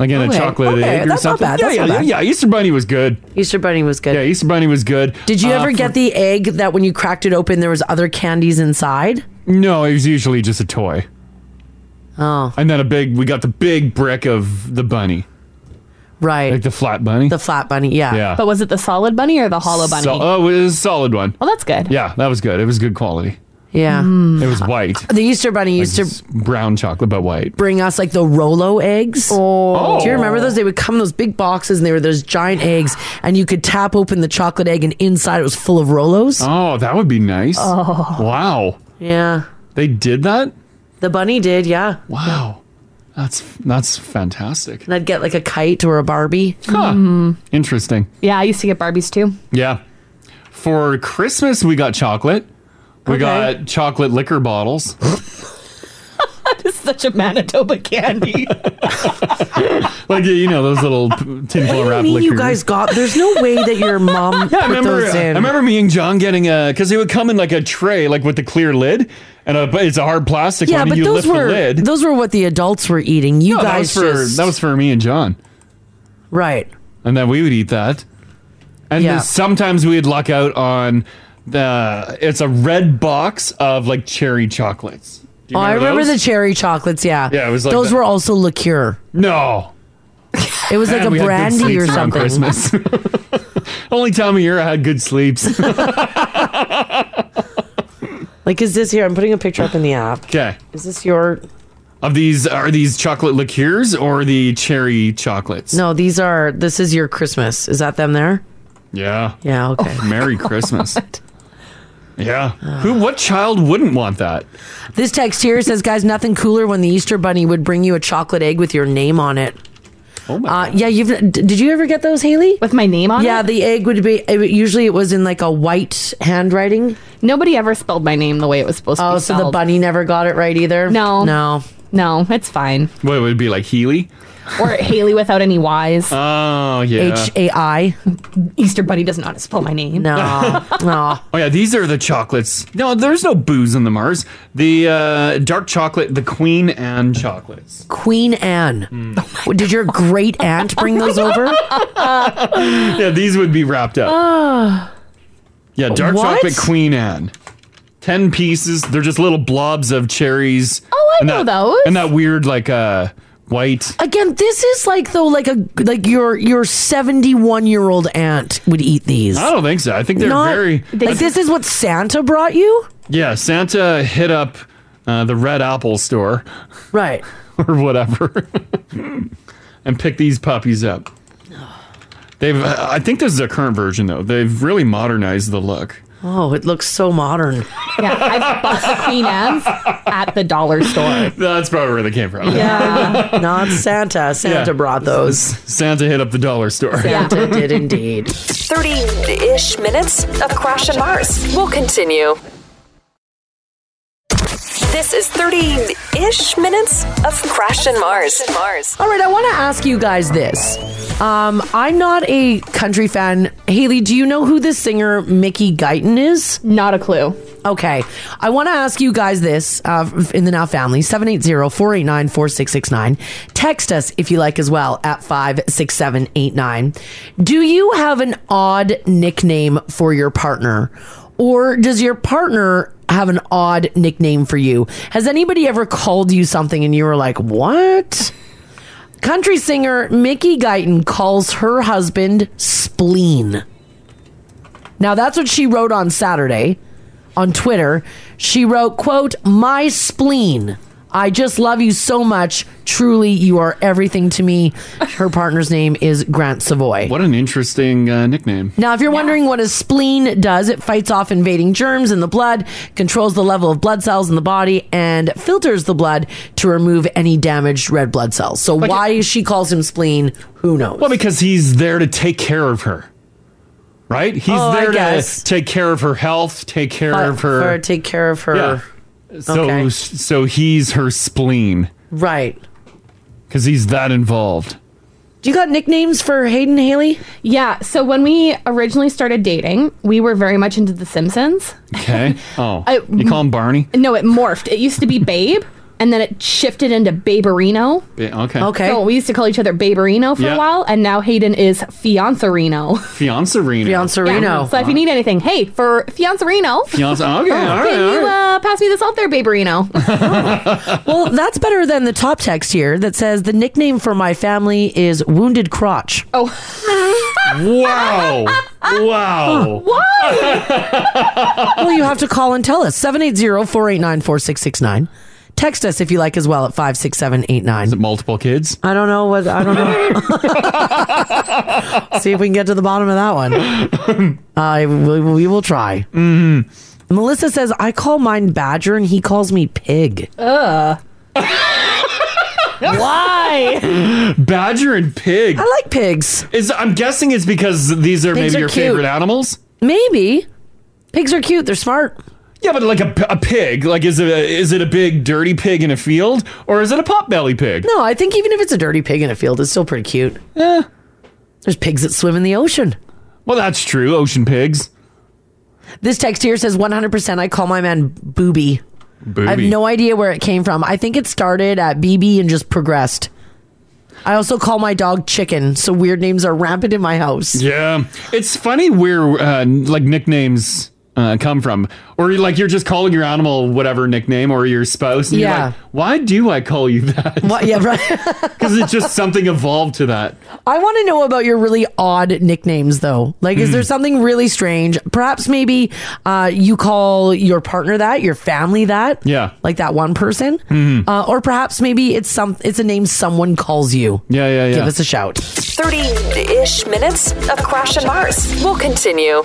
Speaker 2: like in
Speaker 4: Okay.
Speaker 2: a chocolate
Speaker 4: Okay,
Speaker 2: egg or
Speaker 4: that's not
Speaker 2: something.
Speaker 4: bad,
Speaker 2: Yeah,
Speaker 4: that's
Speaker 2: yeah,
Speaker 4: not bad.
Speaker 2: yeah. Easter Bunny was good.
Speaker 4: Easter bunny was good.
Speaker 2: Yeah, Easter Bunny was good.
Speaker 4: Did you
Speaker 2: Uh,
Speaker 4: ever get the egg that when you cracked it open there was other candies inside?
Speaker 2: No, it was usually just a toy.
Speaker 4: Oh,
Speaker 2: And then a big, we got the big brick of the bunny,
Speaker 4: right.
Speaker 2: like the flat bunny.
Speaker 4: the flat bunny. Yeah.
Speaker 2: yeah.
Speaker 5: But was it the solid bunny or the hollow bunny?
Speaker 2: Oh. So- oh, it was a solid one.
Speaker 5: well, that's good.
Speaker 2: Yeah, that was good. It was good quality.
Speaker 4: Yeah.
Speaker 2: It was white.
Speaker 4: The Easter bunny used to
Speaker 2: It's brown chocolate, but white.
Speaker 4: bring us like the Rolo eggs.
Speaker 2: Oh,
Speaker 4: Do you remember those? They would come in those big boxes and they were those giant eggs and you could tap open the chocolate egg and inside it was full of Rolos.
Speaker 2: Oh, that would be nice. Oh. Wow.
Speaker 4: Yeah.
Speaker 2: They did that?
Speaker 4: The bunny did, yeah.
Speaker 2: Wow. That's that's fantastic.
Speaker 4: And I'd get like a kite or a Barbie.
Speaker 2: Huh.
Speaker 4: Mm-hmm.
Speaker 2: Interesting.
Speaker 5: Yeah, I used to get Barbies too.
Speaker 2: Yeah. For Christmas, we got chocolate. We
Speaker 4: Okay.
Speaker 2: got chocolate liquor bottles.
Speaker 5: This is such a Manitoba candy.
Speaker 2: like, you know, those little p- tinfoil
Speaker 4: I
Speaker 2: wrapped
Speaker 4: mean,
Speaker 2: liquor.
Speaker 4: you guys got. There's no way that your mom
Speaker 2: Yeah, I
Speaker 4: put
Speaker 2: remember,
Speaker 4: those
Speaker 2: I
Speaker 4: in.
Speaker 2: remember me and John getting a, because they would come in like a tray, like with the clear lid, and a, it's a hard plastic
Speaker 4: yeah,
Speaker 2: one,
Speaker 4: but
Speaker 2: and you
Speaker 4: those
Speaker 2: lift the
Speaker 4: were
Speaker 2: lid.
Speaker 4: those were what the adults were eating. You
Speaker 2: No, that was
Speaker 4: guys
Speaker 2: for
Speaker 4: just
Speaker 2: that was for me and John,
Speaker 4: right.
Speaker 2: and then we would eat that. And
Speaker 4: Yeah.
Speaker 2: then sometimes we'd luck out on the. It's a red box of like cherry chocolates. Do you
Speaker 4: Oh, I remember
Speaker 2: those?
Speaker 4: the cherry chocolates. Yeah,
Speaker 2: Yeah, it was like
Speaker 4: those
Speaker 2: that.
Speaker 4: were also liqueur.
Speaker 2: No,
Speaker 4: It was like
Speaker 2: Man,
Speaker 4: a
Speaker 2: we had good
Speaker 4: brandy
Speaker 2: sleeps
Speaker 4: or
Speaker 2: around
Speaker 4: something.
Speaker 2: Christmas. Only time of year I had good sleeps.
Speaker 4: Like, is this here? I'm putting a picture up in the app.
Speaker 2: okay.
Speaker 4: Is this your?
Speaker 2: Of these, are these chocolate liqueurs or the cherry chocolates?
Speaker 4: No, these are. This is your Christmas. Is that them there?
Speaker 2: Yeah.
Speaker 4: Yeah. Oh Okay.
Speaker 2: Merry Christmas. Yeah. Who? What child wouldn't want that?
Speaker 4: This text here says, guys, nothing cooler when the Easter Bunny would bring you a chocolate egg with your name on it.
Speaker 2: Oh my.
Speaker 4: Uh, yeah, you've. d- Did you ever get those, Haley?
Speaker 5: With my name on
Speaker 4: Yeah,
Speaker 5: it?
Speaker 4: the egg would be. it would- Usually, it was in like a white handwriting.
Speaker 5: Nobody ever spelled my name the way it was supposed to
Speaker 4: Oh,
Speaker 5: be
Speaker 4: so the
Speaker 5: spelled.
Speaker 4: bunny never got it right either.
Speaker 5: No.
Speaker 4: no,
Speaker 5: No, it's fine.
Speaker 2: What would it be like Healy?
Speaker 5: Or Haley without any Y's.
Speaker 2: Oh yeah.
Speaker 5: H
Speaker 4: A I.
Speaker 5: Easter Bunny does not spell my name.
Speaker 4: No. no.
Speaker 2: Oh yeah, these are the chocolates. No, there's no booze in the Mars. The uh, dark chocolate, the Queen Anne chocolates.
Speaker 4: Queen Anne.
Speaker 2: Mm.
Speaker 4: Oh Did your great aunt bring those over?
Speaker 2: yeah, these would be wrapped up. Yeah, dark
Speaker 4: Ah. What?
Speaker 2: chocolate Queen Anne. Ten pieces. They're just little blobs of cherries.
Speaker 4: Oh, I
Speaker 2: and
Speaker 4: know
Speaker 2: that,
Speaker 4: those.
Speaker 2: And that weird like uh white.
Speaker 4: Again, this is like though, like a like your your seventy one year old aunt would eat these.
Speaker 2: I don't think so. I think Oh, they're
Speaker 4: Not-
Speaker 2: very
Speaker 4: like this is what Santa brought you,
Speaker 2: Yeah, Santa hit up uh, the Red Apple store.
Speaker 4: Right.
Speaker 2: or whatever and picked these puppies up. They've I think this is a current version though. They've really modernized the look.
Speaker 4: Oh, it looks so modern.
Speaker 5: Yeah, I've bought the Queen Anne's at the dollar store.
Speaker 2: That's probably where they came from.
Speaker 4: Yeah. Not Santa. Santa brought those.
Speaker 2: Santa hit up the dollar store.
Speaker 4: Santa did indeed.
Speaker 1: 30 ish minutes of Crash and Mars. We'll continue. This is 30 ish minutes of Crash and Mars. Mars.
Speaker 4: All right, I want to ask you guys this. Um, I'm not a country fan. Haley, do you know who the singer Mickey Guyton is?
Speaker 5: Not a clue.
Speaker 4: Okay. I want to ask you guys this uh, in the Now family 780 489 4669. Text us if you like as well at 56789. Do you have an odd nickname for your partner? Or does your partner have an odd nickname for you? Has anybody ever called you something and you were like, what? Country singer Mickey Guyton calls her husband spleen. Now that's what she wrote on Saturday on Twitter. She wrote, quote, My spleen. I just love you so much. Truly, you are everything to me. Her partner's name is Grant Savoy.
Speaker 2: What an interesting uh, nickname.
Speaker 4: Now, if you're wondering what a spleen does, it fights off invading germs in the blood, controls the level of blood cells in the body, and filters the blood to remove any damaged red blood cells. So, why she calls him spleen, who knows?
Speaker 2: Well, because he's there to take care of her. Right? He's
Speaker 4: Oh, I
Speaker 2: there
Speaker 4: guess.
Speaker 2: to take care of her health, take care
Speaker 4: But
Speaker 2: of her,
Speaker 4: uh, for- take care of her.
Speaker 2: Yeah. So
Speaker 4: Okay.
Speaker 2: so he's her spleen
Speaker 4: Right.
Speaker 2: cuz he's that involved.
Speaker 4: Do you got nicknames for Hayden Haley?
Speaker 5: Yeah, so when we originally started dating, we were very much into The Simpsons.
Speaker 2: Okay. Oh.
Speaker 5: I-
Speaker 2: you call him Barney?
Speaker 5: No, it morphed. It used to be Babe, and then it shifted into Baberino.
Speaker 2: Yeah, okay.
Speaker 5: So we used to call each other Baberino for
Speaker 2: Yeah.
Speaker 5: a while, and now Hayden is Fiancerino.
Speaker 2: Fiancerino.
Speaker 5: Yeah. So if you need anything, hey, for Fiancerino.
Speaker 2: Fiance- okay,
Speaker 4: Oh.
Speaker 5: can
Speaker 2: all right, all
Speaker 5: you uh, pass me this out there, Baberino?
Speaker 4: Well, that's better than the top text here that says the nickname for my family is Wounded Crotch.
Speaker 5: Oh.
Speaker 4: uh,
Speaker 2: wow. Wow.
Speaker 4: well, you have to call and tell us 780 489 4669. Text us if you like as well at 56789. Is it
Speaker 2: multiple kids?
Speaker 4: I don't know what. I don't know. See if we can get to the bottom of that one. Uh, we, we will try. Mm-hmm. Melissa says, I call mine Badger and he calls me Pig.
Speaker 5: Ugh.
Speaker 2: Why? Badger and pig. I
Speaker 4: like pigs.
Speaker 2: Is I'm guessing it's because these are
Speaker 4: Pigs
Speaker 2: maybe
Speaker 4: are
Speaker 2: your
Speaker 4: cute.
Speaker 2: favorite animals.
Speaker 4: Maybe. Pigs are cute. They're smart.
Speaker 2: Yeah, but like a, p- a pig, like is it a, is it a big dirty pig in a field or is it a potbelly pig?
Speaker 4: No, I think even if it's a dirty pig in a field, it's still pretty cute. Yeah. There's pigs that swim in the ocean.
Speaker 2: Well, that's true. Ocean pigs.
Speaker 4: This text here says 100% I call my man Booby. I have
Speaker 2: Booby.
Speaker 4: no idea where it came from. I think it started at BB and just progressed. I also call my dog Chicken, so weird names are rampant in my house.
Speaker 2: Yeah, it's funny where uh, like nicknames uh, come from, or like you're just calling your animal whatever nickname, or your spouse. And
Speaker 4: Yeah.
Speaker 2: You're like, Why do I call you that?
Speaker 4: What? Yeah, right.
Speaker 2: Because it's just something evolved to that.
Speaker 4: I want to know about your really odd nicknames, though. Like, is there
Speaker 2: Hmm.
Speaker 4: something really strange? Perhaps maybe uh, you call your partner that, your family that.
Speaker 2: Yeah.
Speaker 4: like that one person,
Speaker 2: Mm-hmm.
Speaker 4: uh, or perhaps maybe it's some it's a name someone calls you.
Speaker 2: Yeah, yeah, yeah.
Speaker 4: Give us a shout.
Speaker 1: 30 ish minutes of Crash and Mars. We'll continue.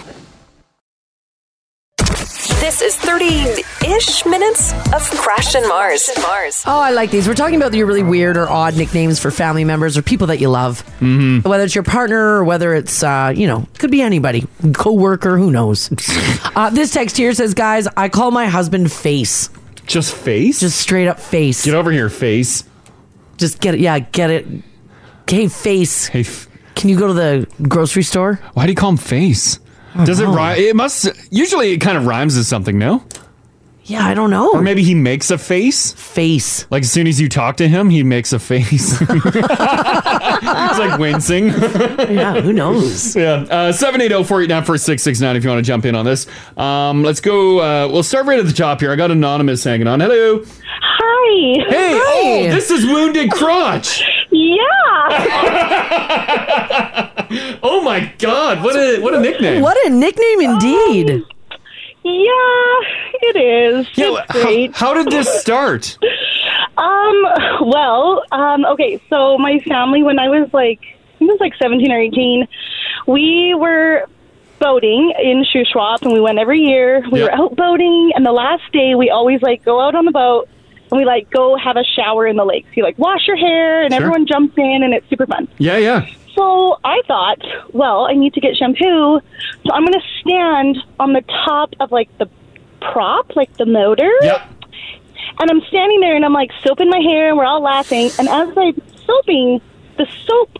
Speaker 1: This is 30 ish minutes of Crash and Mars. Mars.
Speaker 4: Oh, I like these. We're talking about your really weird or odd nicknames for family members or people that you love. Mm-hmm. Whether it's your partner or whether it's, uh, you know, could be anybody, coworker, who knows. uh, this text here says, guys, I call my husband Face.
Speaker 2: Just face?
Speaker 4: Just straight up face. Get
Speaker 2: over here, face.
Speaker 4: Just get it. Yeah, get it. Hey, face.
Speaker 2: Hey, f-
Speaker 4: can you go to the grocery store?
Speaker 2: Why do you call him face?
Speaker 4: Oh,
Speaker 2: Does it rhyme? It must. Usually, it kind of rhymes with something, no?
Speaker 4: Yeah, I don't know.
Speaker 2: Or maybe he makes a face.
Speaker 4: Face.
Speaker 2: Like as soon as you talk to him, he makes a face. it's like wincing.
Speaker 4: yeah, who knows?
Speaker 2: Yeah. Uh, Seven eight zero four eight nine four six six nine. If you want to jump in on this, um, let's go. Uh, we'll start right at the top here. I got anonymous hanging on. Hello.
Speaker 6: Hi.
Speaker 2: Hey. Oh, this is wounded crotch.
Speaker 6: Yeah.
Speaker 2: Oh my God! What a what a nickname.
Speaker 4: What a nickname indeed.
Speaker 2: Oh.
Speaker 6: yeah, it is.
Speaker 2: Yeah,
Speaker 6: It's
Speaker 2: well, how,
Speaker 6: great.
Speaker 2: how did this start?
Speaker 6: Um, well, um, okay, so my family, when I was like, I think it was like 17 or 18, we were boating in Shuswap, and we went every year. We
Speaker 7: Yeah.
Speaker 6: were out boating, and the last day, we always like go out on the boat and we like go have a shower in the lake. So you like wash your hair, and
Speaker 7: Sure.
Speaker 6: everyone jumps in, and it's super fun.
Speaker 2: Yeah, yeah.
Speaker 6: So I thought, well, I need to get shampoo, so I'm going to stand on the top of like the prop, like the motor.
Speaker 2: Yep.
Speaker 6: And I'm standing there and I'm like soaping my hair and we're all laughing. And as I'm soaping, the soap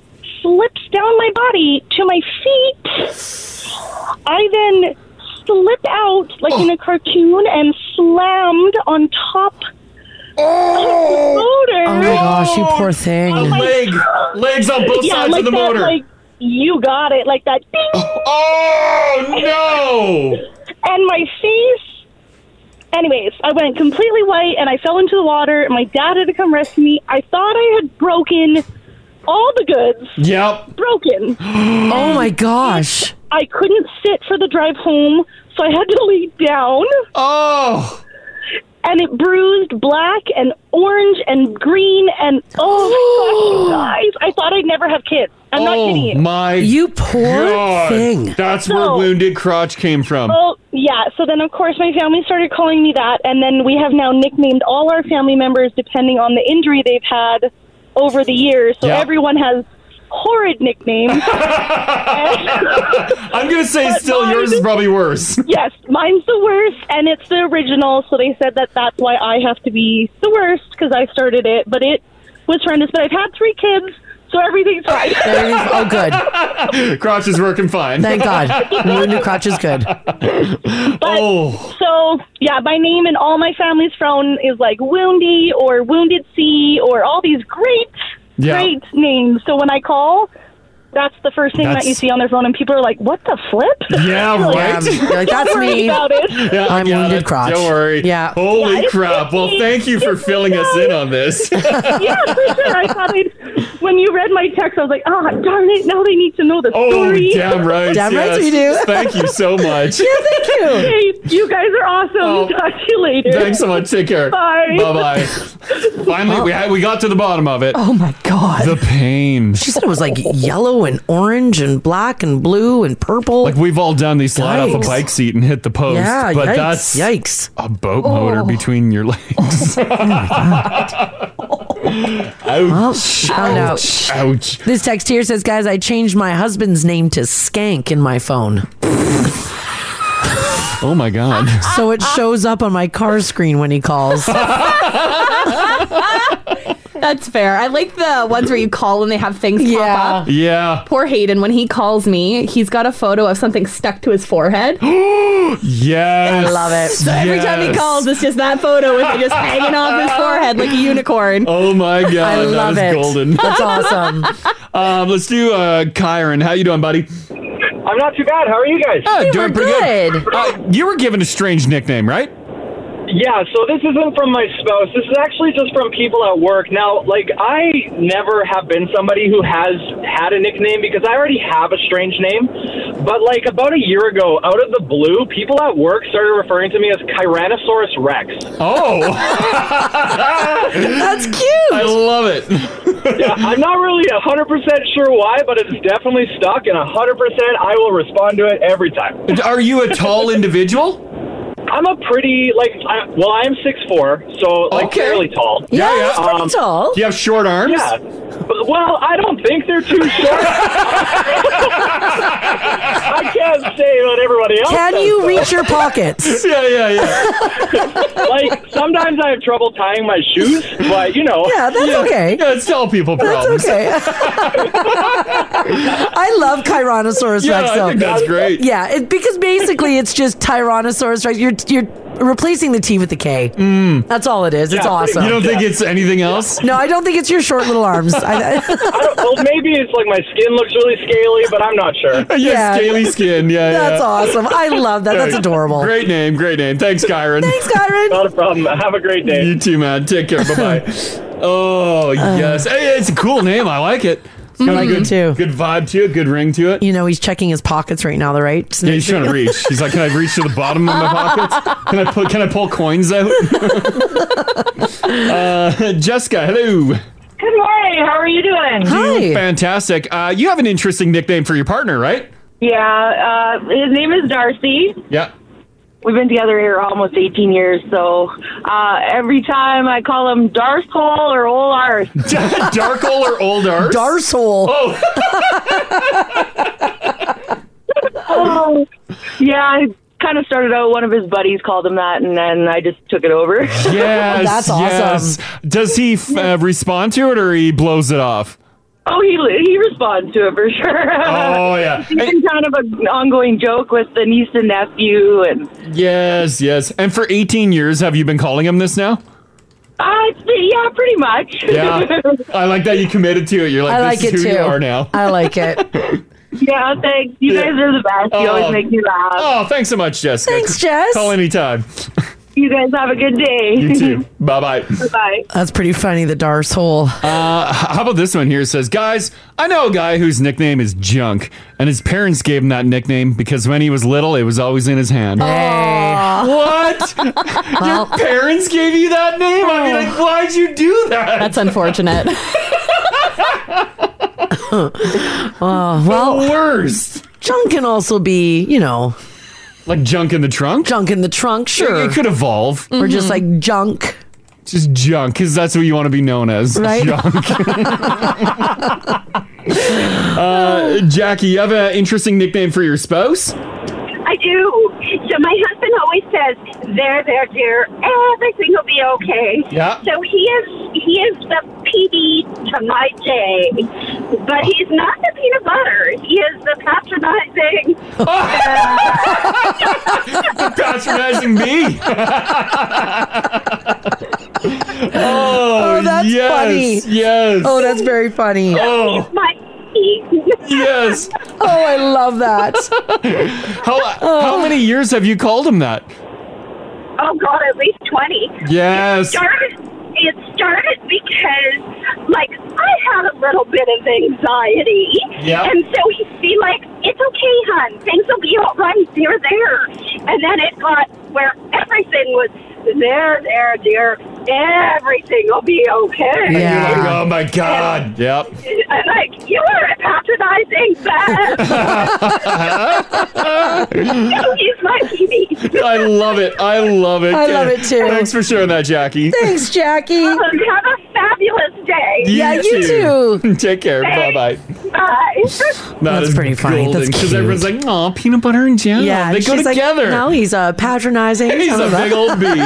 Speaker 6: slips down my body to my feet. I then slip out like
Speaker 2: Oh.
Speaker 6: in a cartoon and slammed on top oh. of the motor.
Speaker 4: Oh my gosh, you poor thing.
Speaker 6: Oh my
Speaker 2: Leg, legs on both
Speaker 6: Yeah,
Speaker 2: sides
Speaker 6: like
Speaker 2: of the
Speaker 6: that,
Speaker 2: motor.
Speaker 6: Like, you got it, like that. Ding.
Speaker 2: Oh
Speaker 6: and my face. Anyways, I went completely white and I fell into the water. And my dad had to come rescue me. I thought I had broken all the goods.
Speaker 2: Yep.
Speaker 6: Broken.
Speaker 4: oh my gosh.
Speaker 6: I couldn't sit for the drive home, so I had to lay down.
Speaker 2: Oh.
Speaker 6: And it bruised black and orange and green and oh my gosh, you guys! I thought I'd never have kids. I'm
Speaker 2: Oh
Speaker 6: not kidding you.
Speaker 2: my
Speaker 4: You poor
Speaker 2: God.
Speaker 4: thing.
Speaker 2: That's where wounded crotch came from.
Speaker 6: Well, yeah. So then, of course, my family started calling me that, and then we have now nicknamed all our family members depending on the injury they've had over the years. So
Speaker 2: Yeah.
Speaker 6: everyone has horrid nicknames. And-
Speaker 2: I'm gonna say
Speaker 6: But
Speaker 2: still yours is
Speaker 6: mine-
Speaker 2: probably worse.
Speaker 6: yes, mine's the worst, and it's the original. So they said that that's why I have to be the worst because I started it. But it was horrendous. But I've had three kids, so everything's fine.
Speaker 4: oh, good.
Speaker 2: crotch is working fine.
Speaker 4: Thank God. Wounded crotch is good.
Speaker 2: oh.
Speaker 6: So yeah, my name and all my family's phone is like Woundy or Wounded Sea or all these great,
Speaker 2: Yeah.
Speaker 6: great names. So when I call, that's the first thing that you
Speaker 2: That's-
Speaker 6: see on their phone, and people are like, "What the flip?"
Speaker 2: Yeah, right.
Speaker 6: Don't
Speaker 4: like, "That's
Speaker 6: worry
Speaker 4: me."
Speaker 6: About it.
Speaker 2: Yeah, I
Speaker 4: I'm
Speaker 2: got
Speaker 4: wounded
Speaker 2: it.
Speaker 4: crotch.
Speaker 2: Don't worry.
Speaker 4: Yeah.
Speaker 2: Holy
Speaker 6: Yeah, it's
Speaker 2: crap. Well,
Speaker 6: okay.
Speaker 2: thank you for filling us in on this.
Speaker 6: yeah, for sure. I thought I'd, when you read my text, I was like, "Ah, darn it! Now they need to know the
Speaker 2: Oh,
Speaker 6: story."
Speaker 2: damn right.
Speaker 4: Damn right
Speaker 2: yes.
Speaker 4: we do.
Speaker 2: Thank you so much.
Speaker 4: Thank you.
Speaker 6: Hey, you guys are awesome. Talk to you later.
Speaker 2: Oh, Thanks so much. Take care.
Speaker 6: Bye.
Speaker 2: Bye bye. Finally, we, had, we got to the bottom of it.
Speaker 4: Oh my God.
Speaker 2: The pain.
Speaker 4: She said it was like yellow and orange and black and blue and purple.
Speaker 2: Like we've all done these slide off
Speaker 4: Yikes.
Speaker 2: a bike seat and hit the post.
Speaker 4: yeah,
Speaker 2: but
Speaker 4: yikes,
Speaker 2: that's
Speaker 4: yikes. Oh.
Speaker 2: a boat motor between your legs. ouch.
Speaker 4: found out.
Speaker 2: Ouch. Ouch.
Speaker 4: This text here says, guys, I changed my husband's name to Skank in my phone.
Speaker 2: Oh my god.
Speaker 4: So it shows up on my car screen when he calls.
Speaker 5: That's fair. I like the ones where you call and they have things pop up.
Speaker 2: Yeah.
Speaker 5: Poor Hayden, when he calls me, he's got a photo of something stuck to his forehead.
Speaker 2: Yes.
Speaker 4: I love it.
Speaker 5: So every time he
Speaker 2: Yes.
Speaker 5: calls, it's just that photo with it just hanging off his forehead like a unicorn.
Speaker 2: Oh my god.
Speaker 4: I love
Speaker 2: that
Speaker 4: it.
Speaker 2: is golden.
Speaker 4: That's awesome.
Speaker 2: Um, let's do uh, Kyron. How you doing, buddy?
Speaker 3: I'm not too bad. How are you guys?
Speaker 2: Uh,
Speaker 4: We're good.
Speaker 2: Uh, you were given a strange nickname, right?
Speaker 3: Yeah, so this isn't from my spouse. This is actually just from people at work. Now, like, I never have been somebody who has had a nickname because I already have a strange name. But, like, about a year ago, out of the blue, people at work started referring to me as Tyrannosaurus Rex.
Speaker 2: Oh,
Speaker 4: That's cute.
Speaker 2: I love it.
Speaker 3: Yeah, I'm not really 100% sure why, but it's definitely stuck, and 100% I will respond to it every time.
Speaker 2: Are you a tall individual?
Speaker 3: I'm a pretty, like, I, well, I'm 6'4, so, like,
Speaker 2: Okay.
Speaker 3: fairly tall.
Speaker 4: yeah, that's
Speaker 2: yeah.
Speaker 4: pretty
Speaker 3: Um,
Speaker 4: tall.
Speaker 2: Do you have short arms?
Speaker 3: Yeah. But- Well, I don't think they're too short. I can't say what everybody else.
Speaker 4: Can
Speaker 3: says,
Speaker 4: you
Speaker 3: though.
Speaker 4: reach your pockets?
Speaker 2: yeah, yeah, yeah.
Speaker 3: Like sometimes I have trouble tying my shoes, but you know.
Speaker 4: Yeah, that's okay.
Speaker 2: Yeah, it's all people problems.
Speaker 4: That's okay. I love Tyrannosaurus
Speaker 2: Yeah,
Speaker 4: Rex
Speaker 2: I
Speaker 4: though.
Speaker 2: think that's great.
Speaker 4: yeah, it, because basically it's just Tyrannosaurus Rex. You're you're replacing the T with the K. That's all it is. It's
Speaker 3: Yeah, pretty
Speaker 4: awesome.
Speaker 2: Mm. You don't think it's anything else?
Speaker 4: no, I don't think it's your short little arms. I,
Speaker 3: I don't, well, maybe it's like my skin looks really scaly, but I'm not sure.
Speaker 2: Yeah,
Speaker 4: Yeah.
Speaker 2: scaly skin. Yeah,
Speaker 4: that's
Speaker 2: yeah.
Speaker 4: awesome. I love that. That's adorable.
Speaker 2: Great Oh. name, great name. Thanks, Kyron.
Speaker 4: Thanks, Kyron.
Speaker 3: Not a problem. Have a great day.
Speaker 2: You too, man. Take care. Bye bye.
Speaker 4: Uh.
Speaker 2: oh yes, hey, it's a cool name. I like it. It's got
Speaker 4: like
Speaker 2: a
Speaker 4: it
Speaker 2: good,
Speaker 4: too.
Speaker 2: good vibe to it. Good ring to it.
Speaker 4: You know he's checking his pockets right now, though, right? Just
Speaker 2: Yeah,
Speaker 4: make
Speaker 2: he's
Speaker 4: sure-
Speaker 2: trying to reach. He's like, "Can I reach to the bottom of my pockets? Can I pull, can I pull coins out?" uh, Jessica, hello.
Speaker 7: Good morning. How are you doing?
Speaker 4: Hi.
Speaker 2: Fantastic. Uh, you have an interesting nickname for your partner, right?
Speaker 7: Yeah, uh, his name is Darcy.
Speaker 2: Yeah.
Speaker 7: We've been together here almost 18 years, so uh, every time I call him Darcel or Ol Arse.
Speaker 2: Darkle or old arse?
Speaker 4: Darsol.
Speaker 7: Oh. yeah, I kind of started out, one of his buddies called him that, and then I just took it over.
Speaker 2: Uh-huh. Yes.
Speaker 4: That's awesome.
Speaker 2: Yes. Does he f- uh, respond to it or he blows it off?
Speaker 7: oh, he he responds to it for sure.
Speaker 2: Oh yeah.
Speaker 7: It's
Speaker 2: And-
Speaker 7: been kind of an ongoing joke with the niece and nephew, and
Speaker 2: yes, yes. And for 18 years, have you been calling him this now?
Speaker 7: uh, it's been- yeah, pretty much.
Speaker 2: Yeah. I like that you committed to it. You're like,
Speaker 4: I
Speaker 2: this
Speaker 4: like it
Speaker 2: is who
Speaker 4: too.
Speaker 2: you are now.
Speaker 4: I like it.
Speaker 7: yeah, thanks. You
Speaker 2: Yeah.
Speaker 7: guys are the best. You
Speaker 2: Oh.
Speaker 7: always make me laugh.
Speaker 2: Oh, thanks so much, Jessica.
Speaker 4: Thanks, Jess.
Speaker 2: Call anytime.
Speaker 7: You guys have a good day.
Speaker 2: You too. bye bye.
Speaker 7: Bye.
Speaker 4: That's pretty funny. The Darsol.
Speaker 2: How about this one here? It says, Guys, I know a guy whose nickname is Junk, and his parents gave him that nickname because when he was little, it was always in his hand.
Speaker 4: hey.
Speaker 2: What? Your parents gave you that name? I mean, like, why'd you do that?
Speaker 5: That's unfortunate.
Speaker 4: Well, Oh,
Speaker 2: the worst.
Speaker 4: junk can also be, you know,
Speaker 2: Like junk in the trunk?
Speaker 4: junk in the trunk. Sure. Mm.
Speaker 2: It could Mm-hmm. evolve.
Speaker 4: Or just like junk.
Speaker 2: Just junk, because that's what you want to be known as.
Speaker 4: Right.
Speaker 2: Junk. uh, Jackie, you have an interesting nickname for your spouse?
Speaker 8: I do. So my husband always says, "There, there, dear, everything will be okay."
Speaker 2: Yeah.
Speaker 8: So he is he is the PB to my J, but he's not the peanut butter. He is the patronizing.
Speaker 2: patronizing me. oh,
Speaker 4: Oh, that's
Speaker 2: Oh, yes,
Speaker 4: funny.
Speaker 2: Yes.
Speaker 4: Oh, that's very funny. Oh,
Speaker 2: Oh,
Speaker 8: My P.
Speaker 2: yes.
Speaker 4: I love that.
Speaker 2: How how
Speaker 4: Oh.
Speaker 2: many years have you called him that?
Speaker 8: oh God, at least twenty.
Speaker 2: Yes.
Speaker 8: started it started because like I had a little bit of anxiety.
Speaker 2: Yeah.
Speaker 8: And so he'd be like, It's okay, hon, things will be all right, they're there. And then it got where everything was there, there, dear, everything will be okay.
Speaker 4: Yeah.
Speaker 2: You're like, oh my God. Yep.
Speaker 8: And like, you are a patronizing best. He's my TV.
Speaker 2: I love it. I love it.
Speaker 4: I love it too.
Speaker 2: Thanks for sharing that, Jackie.
Speaker 4: Thanks, Jackie.
Speaker 8: Have a fabulous day.
Speaker 4: Yeah, you
Speaker 2: too. Take care. Bye bye.
Speaker 8: Bye.
Speaker 4: That's pretty funny. That's
Speaker 2: Because
Speaker 4: cute.
Speaker 2: everyone's like, oh, peanut butter and jam.
Speaker 4: Yeah,
Speaker 2: they go
Speaker 4: she's like,
Speaker 2: together.
Speaker 4: no, he's uh, patronizing.
Speaker 2: He's a big old bee.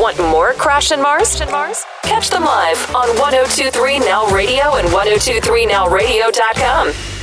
Speaker 1: Want more Crash and Mars? And Mars? oh Catch them live on 1023 Now Radio and 1023nowradio.com.